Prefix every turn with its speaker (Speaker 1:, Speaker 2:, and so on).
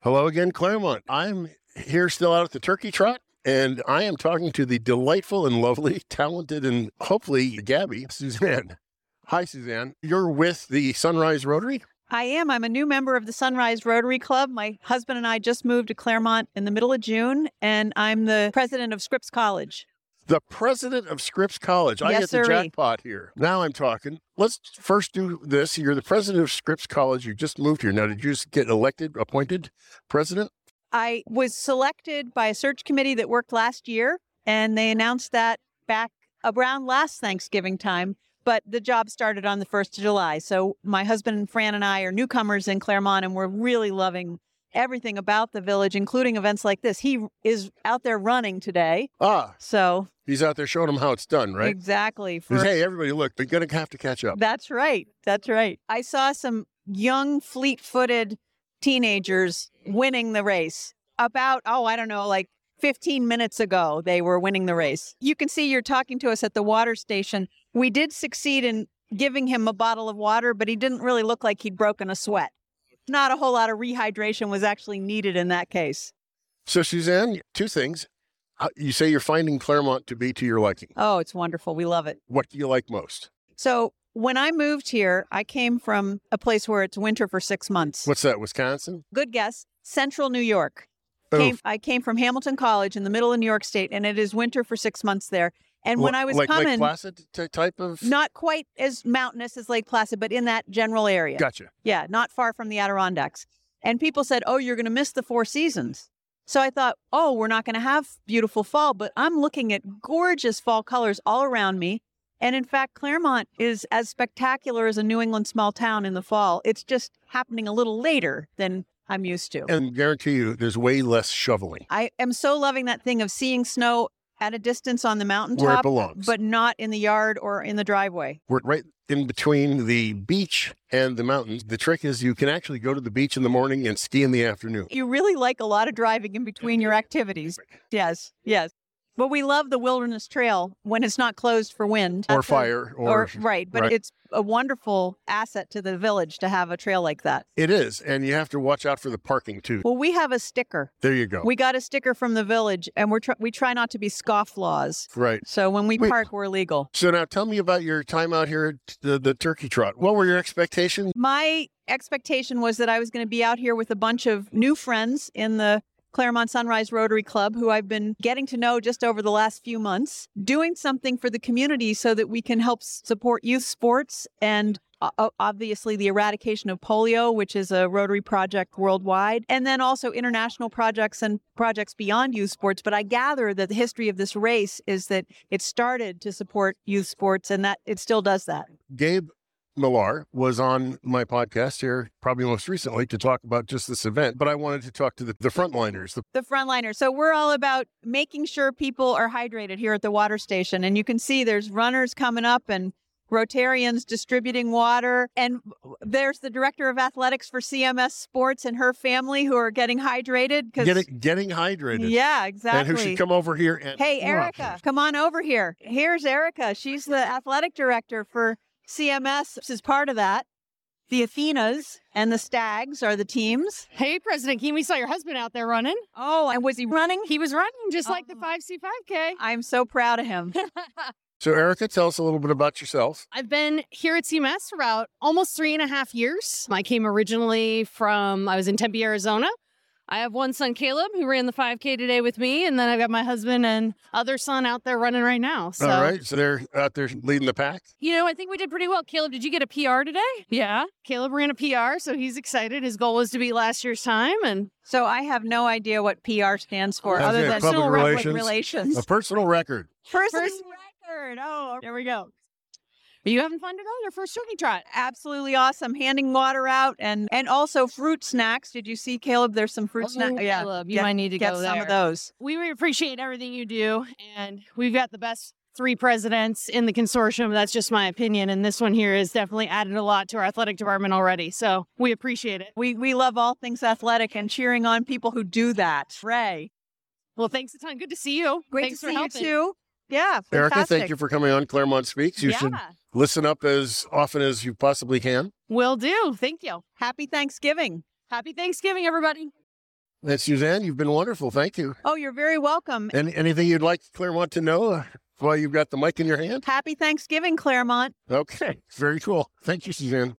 Speaker 1: Hello again, Claremont. I'm here still out at the turkey trot, and I am talking to the delightful and lovely, talented, and hopefully Gabby, Suzanne. Hi, Suzanne. You're with the Sunrise Rotary.
Speaker 2: I am. I'm a new member of the Sunrise Rotary Club. My husband and I just moved to Claremont in the middle of June, and I'm the president of Scripps College.
Speaker 1: The president of Scripps College. I
Speaker 2: Yes,
Speaker 1: get the
Speaker 2: sirree.
Speaker 1: jackpot here. Now I'm talking. Let's first do this. You're the president of Scripps College. You just moved here. Now, did you just get elected, appointed president?
Speaker 2: I was selected by a search committee that worked last year, and they announced that back around last Thanksgiving time. But the job started on the 1st of July. So my husband and Fran and I are newcomers in Claremont, and we're really loving everything about the village, including events like this. He is out there running today.
Speaker 1: Ah,
Speaker 2: So,
Speaker 1: he's out there showing them how it's done, right?
Speaker 2: exactly.
Speaker 1: He
Speaker 2: For
Speaker 1: says, hey, everybody, look, they're going to have to catch up.
Speaker 2: That's right. That's right. I saw some young, fleet footed teenagers winning the race about, oh, I don't know, like 15 minutes ago, they were winning the race. You can see you're talking to us at the water station. We did succeed in giving him a bottle of water, but he didn't really look like he'd broken a sweat. Not a whole lot of rehydration was actually needed in that case.
Speaker 1: So, Suzanne, two things. Uh, You say you're finding Claremont to be to your liking.
Speaker 2: Oh, it's wonderful. We love it.
Speaker 1: What do you like most?
Speaker 2: So, when I moved here, I came from a place where it's winter for six months.
Speaker 1: What's that, Wisconsin?
Speaker 2: Good guess. Central New York.
Speaker 1: Oh,
Speaker 2: Came, I came from Hamilton College in the middle of New York State, and it is winter for six months there. And when
Speaker 1: li-
Speaker 2: I was
Speaker 1: like, Lake
Speaker 2: coming,
Speaker 1: Placid t- type of.
Speaker 2: not quite as mountainous as Lake Placid, but in that general area.
Speaker 1: Gotcha.
Speaker 2: Yeah, not far from the Adirondacks. And people said, Oh, you're going to miss the four seasons. So I thought, Oh, we're not going to have beautiful fall, but I'm looking at gorgeous fall colors all around me. And in fact, Claremont is as spectacular as a New England small town in the fall. It's just happening a little later than I'm used to.
Speaker 1: And guarantee you, there's way less shoveling
Speaker 2: I am so loving that thing of seeing snow at a distance on the
Speaker 1: where it
Speaker 2: mountaintop,
Speaker 1: belongs.
Speaker 2: but not in the yard or in the driveway.
Speaker 1: We're right in between the beach and the mountains. The trick is you can actually go to the beach in the morning and ski in the afternoon.
Speaker 2: You really like a lot of driving in between your activities. Yes, yes. But we love the Wilderness Trail when it's not closed for wind
Speaker 1: Or
Speaker 2: That's a-
Speaker 1: fire, or,
Speaker 2: Or, right, but
Speaker 1: right.
Speaker 2: it's a wonderful asset to the village to have a trail like that.
Speaker 1: it is, and you have to watch out for the parking too.
Speaker 2: Well, we have a sticker.
Speaker 1: There you go.
Speaker 2: We got a sticker from the village, and we're tr- we try not to be scofflaws.
Speaker 1: right.
Speaker 2: So when we
Speaker 1: Wait.
Speaker 2: park, we're legal.
Speaker 1: So now, tell me about your time out here at the, the turkey trot. What were your expectations?
Speaker 2: my expectation was that I was going to be out here with a bunch of new friends in the Claremont Sunrise Rotary Club, who I've been getting to know just over the last few months, doing something for the community so that we can help s- support youth sports and o- o- obviously the eradication of polio, which is a Rotary project worldwide, and then also international projects and projects beyond youth sports. But I gather that the history of this race is that it started to support youth sports and that it still does that.
Speaker 1: Gabe Millar was on my podcast here, probably most recently, to talk about just this event. But I wanted to talk to the, the frontliners. The,
Speaker 2: the frontliners. So we're all about making sure people are hydrated here at the water station. And you can see there's runners coming up and Rotarians distributing water. And there's the director of athletics for CMS Sports and her family who are getting hydrated. because
Speaker 1: getting, getting hydrated.
Speaker 2: Yeah,
Speaker 1: And who should
Speaker 2: exactly.
Speaker 1: come over here and
Speaker 2: Hey, Erica, come on over here. Here's Erica. She's the athletic director for CMS. This is part of that. The Athenas and the Stags are the teams.
Speaker 3: Hey, President Keene, we saw your husband out there running.
Speaker 2: Oh, and was he running?
Speaker 3: He was running just like the
Speaker 2: Oh.
Speaker 3: 5C5K.
Speaker 2: I'm so proud of him.
Speaker 1: So, Erica, tell us a little bit about yourself.
Speaker 3: I've been here at CMS for about almost three and a half years. I came originally from, I was in Tempe, Arizona. I have one son, Caleb, who ran the 5K today with me. And then I've got my husband and other son out there running right now. So,
Speaker 1: All right. So they're out there leading the pack.
Speaker 3: you know, I think we did pretty well. Caleb, did you get a PR today? Yeah. Caleb ran a PR, so he's excited. His goal was to be last year's time. And
Speaker 2: So I have no idea what PR stands for
Speaker 1: That's
Speaker 2: other
Speaker 1: it,
Speaker 2: than
Speaker 1: public
Speaker 2: Personal Rep- like
Speaker 1: relations.
Speaker 2: relations.
Speaker 1: A personal record.
Speaker 2: Person
Speaker 3: Person-
Speaker 2: record. Oh,
Speaker 3: there we go. Are you having fun today? Your first turkey trot.
Speaker 2: absolutely awesome. Handing water out and and also fruit snacks. Did you see Caleb? There's some fruit snacks.
Speaker 3: Oh, yeah,
Speaker 2: Oh, Yeah,
Speaker 3: you
Speaker 2: get-
Speaker 3: might need to
Speaker 2: get
Speaker 3: go
Speaker 2: some
Speaker 3: there.
Speaker 2: of those.
Speaker 3: We really appreciate everything you do, and we've got the best three presidents in the consortium. That's just my opinion, and this one here has definitely added a lot to our athletic department already. So we appreciate it.
Speaker 2: We we love all things athletic and cheering on people who do that. Ray,
Speaker 3: Well, thanks a ton. Good to see you.
Speaker 2: great
Speaker 3: thanks
Speaker 2: to
Speaker 3: for
Speaker 2: see
Speaker 3: helping.
Speaker 2: you too. Yeah,
Speaker 1: Erica, thank you for coming on Claremont Speaks. You
Speaker 3: yeah,
Speaker 1: should listen up as often as you possibly can.
Speaker 3: will do. Thank you.
Speaker 2: Happy Thanksgiving.
Speaker 3: Happy Thanksgiving, everybody.
Speaker 1: And Suzanne, you've been wonderful. Thank you.
Speaker 2: Oh, you're very welcome.
Speaker 1: Any, anything you'd like Claremont to know uh, while you've got the mic in your hand?
Speaker 2: Happy Thanksgiving, Claremont.
Speaker 1: Okay, very cool. Thank you, Suzanne.